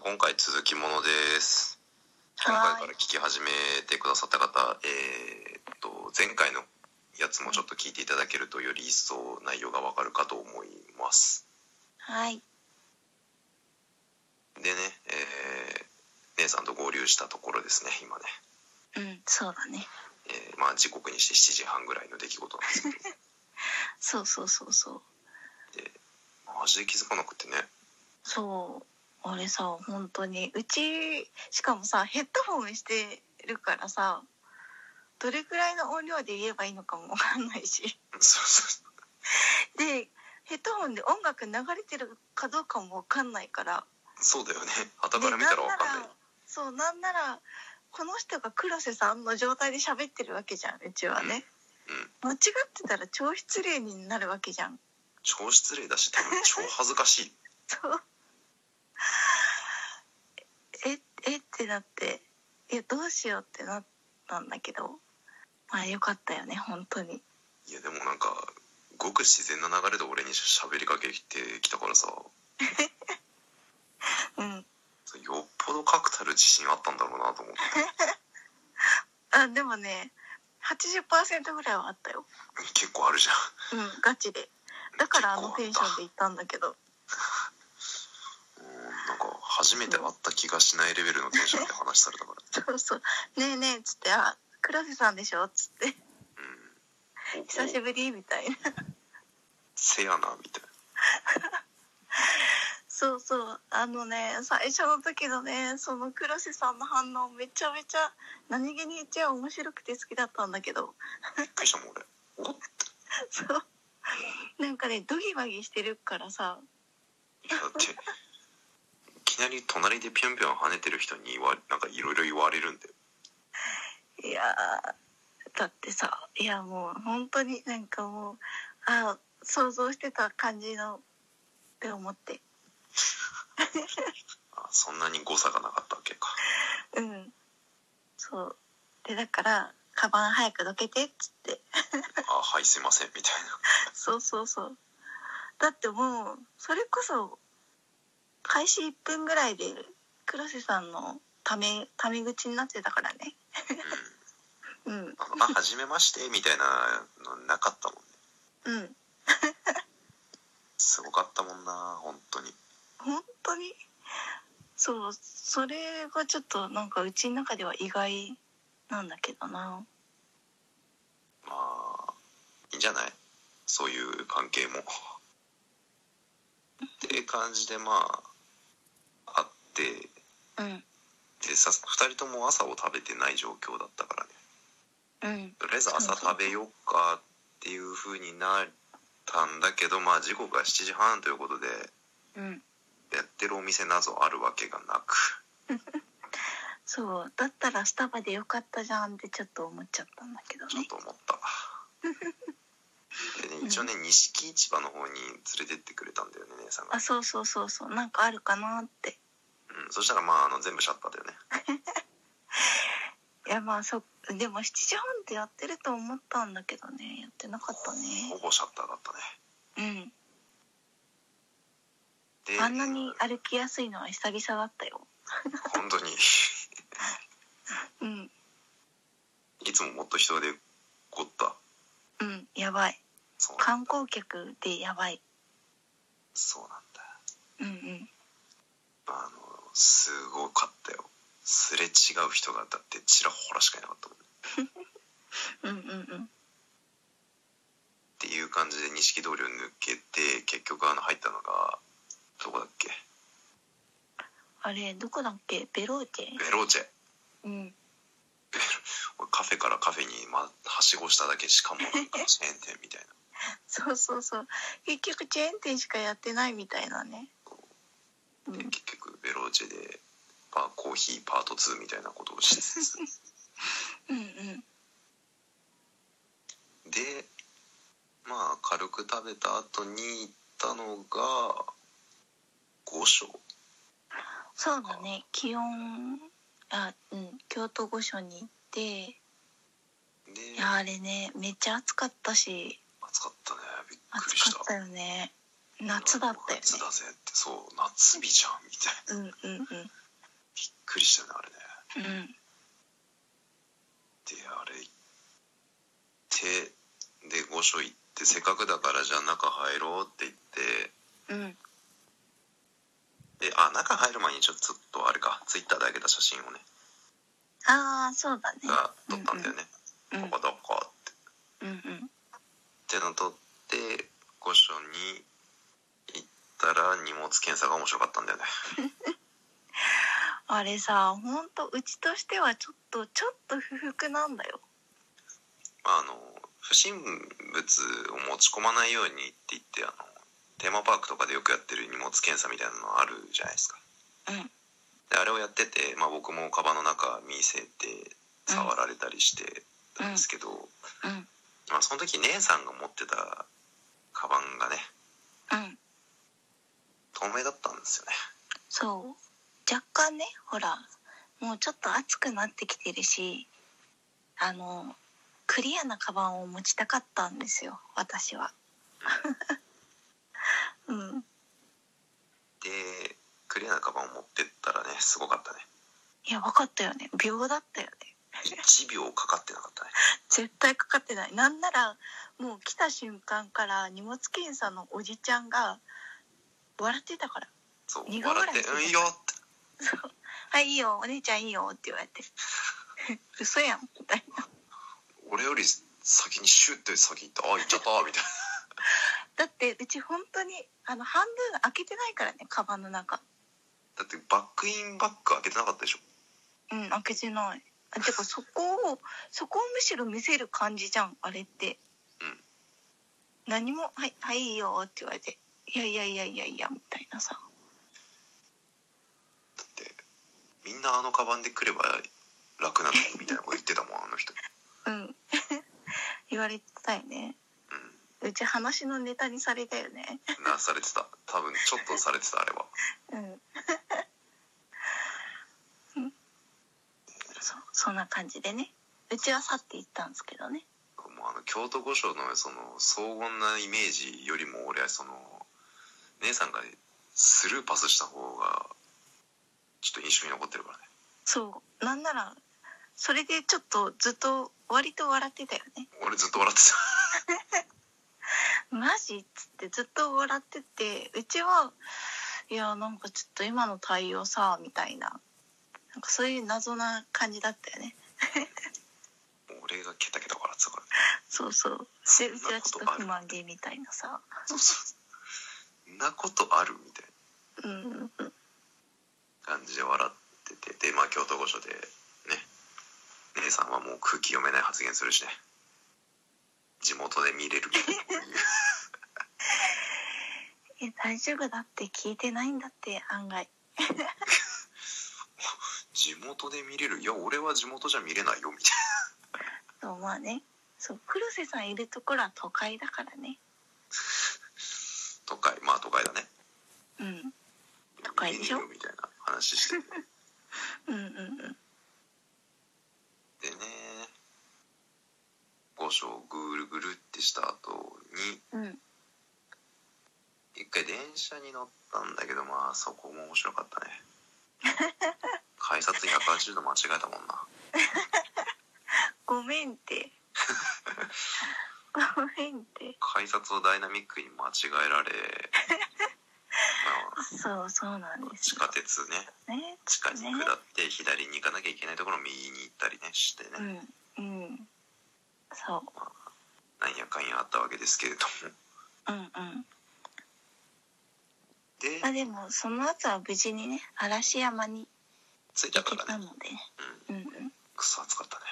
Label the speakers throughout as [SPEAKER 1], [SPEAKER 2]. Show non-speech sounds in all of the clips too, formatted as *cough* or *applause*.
[SPEAKER 1] 今回続きものです今
[SPEAKER 2] はーい
[SPEAKER 1] 回から聞き始めてくださった方えーっと前回のやつもちょっと聞いていただけるとより一層内容がわかるかと思います
[SPEAKER 2] はい。
[SPEAKER 1] でね、えー姉さんと合流したところですね今ね、
[SPEAKER 2] うん、そうだね。
[SPEAKER 1] えーまあ時刻にして7時半ぐらいの出来事なんですけ
[SPEAKER 2] そうそうそうそう。
[SPEAKER 1] どマジで気づかなくてね
[SPEAKER 2] そう。俺さ、本当に。うち、しかもさ、ヘッドホンしてるからさ、どれくらいの音量で言えばいいのかも *laughs* わかんないし。
[SPEAKER 1] そうそう
[SPEAKER 2] で、ヘッドホンで音楽流れてるかどうかもわかんないから。
[SPEAKER 1] そうだよね傍から見たらわかんない
[SPEAKER 2] でそう、なんなら、この人が黒瀬さんの状態で喋ってるわけじゃん、うちはね。
[SPEAKER 1] うん
[SPEAKER 2] 間違ってたら超失礼になるわけじゃん。
[SPEAKER 1] 超失礼だし多分超恥ずかしい
[SPEAKER 2] そうええってなっていやどうしようってなったんだけどまあよかったよね本当に
[SPEAKER 1] いやでもなんかごく自然な流れで俺に喋りかけてきたからさ
[SPEAKER 2] うん
[SPEAKER 1] よっぽど確たる自信あったんだろうなと思って *laughs*
[SPEAKER 2] あでもね80%ぐらいはあったよ
[SPEAKER 1] 結構あるじゃん
[SPEAKER 2] うんガチでだからあのテンションで
[SPEAKER 1] で
[SPEAKER 2] 行ったんだけど
[SPEAKER 1] なんか初めて会った気がしないレベルのテンションで話されたから
[SPEAKER 2] そうそう「ねえねえ」っつって「あ黒瀬さんでしょ」っつって
[SPEAKER 1] うん
[SPEAKER 2] 「久しぶり」みたいな
[SPEAKER 1] せやなみたいな
[SPEAKER 2] そうそうあのね最初の時のねその黒瀬さんの反応めちゃめちゃ何気に言っちゃ面白くて好きだったんだけど *laughs*
[SPEAKER 1] びっくりしたもん俺おい
[SPEAKER 2] そうなんかねドギマギしてるからさ
[SPEAKER 1] やだっていきなり隣でぴょんぴょん跳ねてる人に言わなんかいろいろ言われるんで
[SPEAKER 2] いやーだってさいやもう本当になんかもうあ想像してた感じのって思って
[SPEAKER 1] あそんなに誤差がなかったわけか
[SPEAKER 2] うんそうでだから「カバン早くどけて」っつって
[SPEAKER 1] あはいすいませんみたいな
[SPEAKER 2] そうそうそう。だってもう、それこそ、開始1分ぐらいで、黒瀬さんのため、ため口になってたからね。うん、
[SPEAKER 1] ああ初めましてみたいなのなかったもんね
[SPEAKER 2] うん。
[SPEAKER 1] すごかったもんな本当に
[SPEAKER 2] 本当にそう、それがちょっとなんかうちの中では意外なんだけどな。
[SPEAKER 1] まあいいんじゃないそういう関係
[SPEAKER 2] *laughs*
[SPEAKER 1] も。って感じでまあ会って
[SPEAKER 2] うん、
[SPEAKER 1] でさ2人とも朝を食べてない状況だったからね
[SPEAKER 2] うん、
[SPEAKER 1] とりあえず朝食べようかっていう風になったんだけどまあ時刻が7時半ということで
[SPEAKER 2] うん。
[SPEAKER 1] やってるお店などあるわけがなく
[SPEAKER 2] そう、だったらスタバでよかったじゃんってちょっと思っちゃったんだけど
[SPEAKER 1] ちょっ
[SPEAKER 2] ね。
[SPEAKER 1] と思
[SPEAKER 2] *laughs*
[SPEAKER 1] った。でね一応ね錦市場の方に連れてってくれたんだよね姉さんが
[SPEAKER 2] あ、。そうそうそうそう、なんかあるかなって。
[SPEAKER 1] うん、そしたらまああの全部シャッターだよね。
[SPEAKER 2] いやまあそでも7時半ってやってると思ったんだけどねやってなかった
[SPEAKER 1] ほ
[SPEAKER 2] ね
[SPEAKER 1] ぼシャッターだったね。
[SPEAKER 2] う
[SPEAKER 1] で
[SPEAKER 2] んあんなに歩きやすいのは久々だったよ
[SPEAKER 1] 本当に *laughs*
[SPEAKER 2] うん
[SPEAKER 1] いつももっと人で凝った
[SPEAKER 2] うんやばい
[SPEAKER 1] そうなん
[SPEAKER 2] 観光客でやばい
[SPEAKER 1] そうなんだ
[SPEAKER 2] うんうん
[SPEAKER 1] あのすごかったよすれ違う人がだってちらほらしかいなかったもん
[SPEAKER 2] うんうん
[SPEAKER 1] っていう感じで錦通りを抜けて結局あの入ったのがどこだっけ
[SPEAKER 2] あれどこだっけベローチェ
[SPEAKER 1] ベローチェ
[SPEAKER 2] うん
[SPEAKER 1] 俺カフェからカフェに、ま、はしごしただけしかもなん
[SPEAKER 2] *laughs*
[SPEAKER 1] かチェーン店みたいな
[SPEAKER 2] そうそうそう結局チェーン店しかやってないみたいなねう
[SPEAKER 1] で
[SPEAKER 2] ん
[SPEAKER 1] 結局ベローチェでバーコーヒーパート2みたいなことをしつつ
[SPEAKER 2] うんうん
[SPEAKER 1] でまあ軽く食べた後に行ったのが五所
[SPEAKER 2] そうだね気温あうん京都御所に行って
[SPEAKER 1] で
[SPEAKER 2] いやあれねめっちゃ暑かったし
[SPEAKER 1] 暑かったねびっくり
[SPEAKER 2] 暑
[SPEAKER 1] し
[SPEAKER 2] か
[SPEAKER 1] た
[SPEAKER 2] ったよね。夏だったよ
[SPEAKER 1] 夏だぜってそう夏日じゃんみたいな
[SPEAKER 2] ねうんうんう
[SPEAKER 1] び
[SPEAKER 2] ん
[SPEAKER 1] っくりしたねあれね
[SPEAKER 2] うん
[SPEAKER 1] であれ行ってで御所行ってせっかくだからじゃあ中入ろうって言っ
[SPEAKER 2] うん
[SPEAKER 1] てであ中入る前にちょっとちょっとあれかツイッターで上げた写真をね
[SPEAKER 2] ああそうだね
[SPEAKER 1] が撮ったんだよね、
[SPEAKER 2] うん
[SPEAKER 1] ここどこって
[SPEAKER 2] うんうん
[SPEAKER 1] ってのとって御所に行ったら荷物検査が面白かったんだよね
[SPEAKER 2] あれさほんとうちとしてはちょっとちょっと不服なんだよ
[SPEAKER 1] まああの不審物を持ち込まないようにって言ってあのテーマパークとかでよくやってる荷物検査みたいなのあるじゃないですか
[SPEAKER 2] うん
[SPEAKER 1] であれをやってて、まあ、僕もカバンの中見せて触られたりしてたんですけど、
[SPEAKER 2] うん
[SPEAKER 1] まあ、その時姉さんが持ってたカバンがね
[SPEAKER 2] うん
[SPEAKER 1] 透明だったんですよね
[SPEAKER 2] そう若干ねほらもうちょっと暑くなってきてるしあのクリアなカバンを持ちたかったんですよ私は *laughs* うん
[SPEAKER 1] でクリアなカバンを持ってったらねすごかったね
[SPEAKER 2] いや分かったよね秒だったよね
[SPEAKER 1] 1秒かかってなかったね
[SPEAKER 2] 絶対かかってないなんならもう来た瞬間から荷物検査のおじちゃんが笑ってたから
[SPEAKER 1] そう笑
[SPEAKER 2] 苦笑い
[SPEAKER 1] って「
[SPEAKER 2] してた
[SPEAKER 1] うんいいよ」って
[SPEAKER 2] 「はいいいよお姉ちゃんいいよ」って言われて *laughs* 「嘘やん」 *laughs* みたいな
[SPEAKER 1] 俺より先にシュッて先行った「あ行っちゃった」みたいな
[SPEAKER 2] だってうち本当にあの半分開けてないからねカバンの中
[SPEAKER 1] だってバックインバック開けてなかったでしょ
[SPEAKER 2] うん開けてないあてかそこをそこをむしろ見せる感じじゃんあれって、
[SPEAKER 1] うん
[SPEAKER 2] 何も「はいはいいいよ」って言われて「いやいやいやいやいや」みたいなさ
[SPEAKER 1] だってみんなあのカバンで来れば楽なのにみたいなこと言ってたもんあの人
[SPEAKER 2] うん *laughs* 言われてたよね
[SPEAKER 1] う
[SPEAKER 2] うち話のネタにされたよね
[SPEAKER 1] んなされてた多分ちょっとされてたあれは
[SPEAKER 2] うん *laughs* うんそそんな感じでねうちは去っていったんですけどね
[SPEAKER 1] もうあの京都御所のその荘厳なイメージよりも俺はその姉さんがスルーパスした方がちょっと印象に残ってるからね
[SPEAKER 2] そうなんならそれでちょっとずっと割と笑ってたよね
[SPEAKER 1] 俺ずっと笑ってた
[SPEAKER 2] マジっつってずっと笑っててうちはいやなんかちょっと今の対応さみたいななんかそういう謎な感じだったよね
[SPEAKER 1] 俺がケタケタ笑ってたからね
[SPEAKER 2] そうそうでうちはちょっと不満げみたいなさ
[SPEAKER 1] そうそうなことあるみたい
[SPEAKER 2] うんうんうん
[SPEAKER 1] な感じで笑っててでまあ京都御所でね姉さんはもう空気読めない発言するしね地元で見
[SPEAKER 2] *laughs*
[SPEAKER 1] れる
[SPEAKER 2] え大丈夫だって聞いてないんだって案外
[SPEAKER 1] 地元で見れるいや俺は地元じゃ見れないよみたいな
[SPEAKER 2] そうまあねそう黒瀬さんいるところは都会だからね
[SPEAKER 1] 都会まあ都会だね
[SPEAKER 2] うん都会でしょ
[SPEAKER 1] 見れるよみたいな話してて
[SPEAKER 2] うんうんうん
[SPEAKER 1] でね御所をぐるぐるってした後に
[SPEAKER 2] うん
[SPEAKER 1] 一回電車に乗ったんだけどまあそこも面白かった
[SPEAKER 2] *laughs*
[SPEAKER 1] ね改札180度間違えたもんな
[SPEAKER 2] ごめんって *laughs* ごめんって
[SPEAKER 1] 改札をダイナミックに間違えられ、まあ、
[SPEAKER 2] そうそうなんで
[SPEAKER 1] 地
[SPEAKER 2] す
[SPEAKER 1] 下鉄ね
[SPEAKER 2] よね
[SPEAKER 1] 地下に下って左に行かなきゃいけないところを右に行ったりねしてね、
[SPEAKER 2] うんうんそ
[SPEAKER 1] なんやかんやあったわけですけれども
[SPEAKER 2] ううんうん
[SPEAKER 1] で
[SPEAKER 2] まあでもその後は無事にね嵐山に
[SPEAKER 1] 着いたか
[SPEAKER 2] 行け
[SPEAKER 1] ら
[SPEAKER 2] た
[SPEAKER 1] ね
[SPEAKER 2] のでうんうん
[SPEAKER 1] くそ暑かったね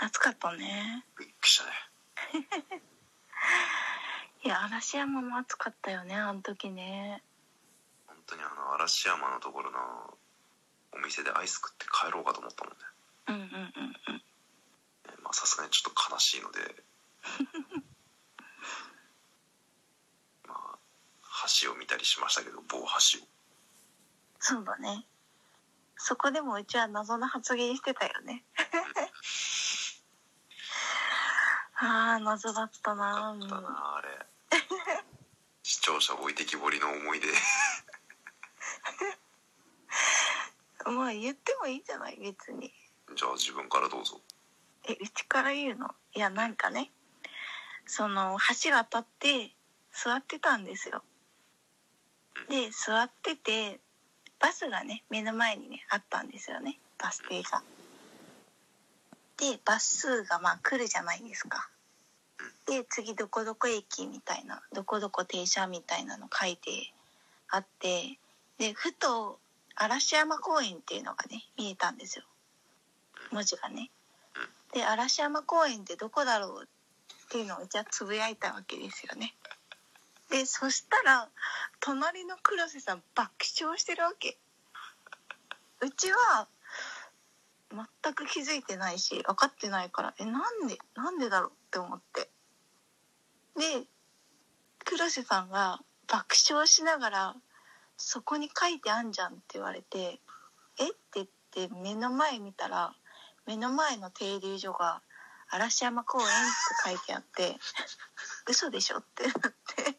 [SPEAKER 2] 暑かったね
[SPEAKER 1] びっくりしたね
[SPEAKER 2] いや嵐山も暑かったよねあの時ね
[SPEAKER 1] 本当にあの嵐山のところのお店でアイス食って帰ろうかと思ったもんね
[SPEAKER 2] うんうんうんうん
[SPEAKER 1] ねまあさすがにちょっと悲し
[SPEAKER 2] *laughs*
[SPEAKER 1] いのでまあ橋を見たりしましたけど棒橋を
[SPEAKER 2] そうだね。そこでもうちは謎の発言してたよね。 *laughs* ああ、謎だった
[SPEAKER 1] だ
[SPEAKER 2] な
[SPEAKER 1] ったなあれし聴者置いてきぼりの思い出 *laughs*
[SPEAKER 2] まあ言ってもいいんじゃない別に
[SPEAKER 1] じゃあ自分からどうぞ
[SPEAKER 2] えうちから言うのいやなんかねその橋が当たって座ってたんですよで座っててバスがね目の前にねあったんですよねバス停がでバス数がまあ来るじゃないですかで次どこどこ駅みたいなどこどこ停車みたいなの書いてあってでふと嵐山公園っていうのがね見えたんですよ文字がねで嵐山公園ってどこだろうっていうのをじゃあつぶやいたわけですよねでそしたら隣の黒瀬さん爆笑してるわけうちは全く気づいてないし分かってないからえなんでなんでだろうって思ってで黒瀬さんが爆笑しながら「そこに書いてあんじゃん」って言われて「えっ?」て言って目の前見たら目の前の停留所が「嵐山公園」って書いてあって「嘘でしょ?」ってなって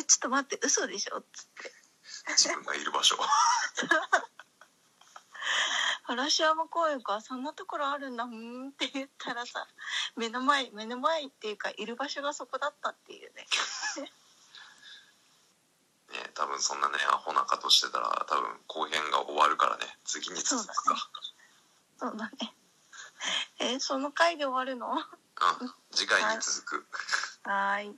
[SPEAKER 2] 「えちょっと待って嘘でしょ?」っつって
[SPEAKER 1] 自分がいる場所
[SPEAKER 2] 嵐山公園かそんなところあるんだふーんって言ったらさ目の前目の前っていうかいる場所がそこだったっていうね
[SPEAKER 1] ね多分そんなねアホなことしてたら多分後編が終わるからね次に続くか
[SPEAKER 2] そうだねえその回で終わるのは
[SPEAKER 1] うん次回に続く
[SPEAKER 2] ーい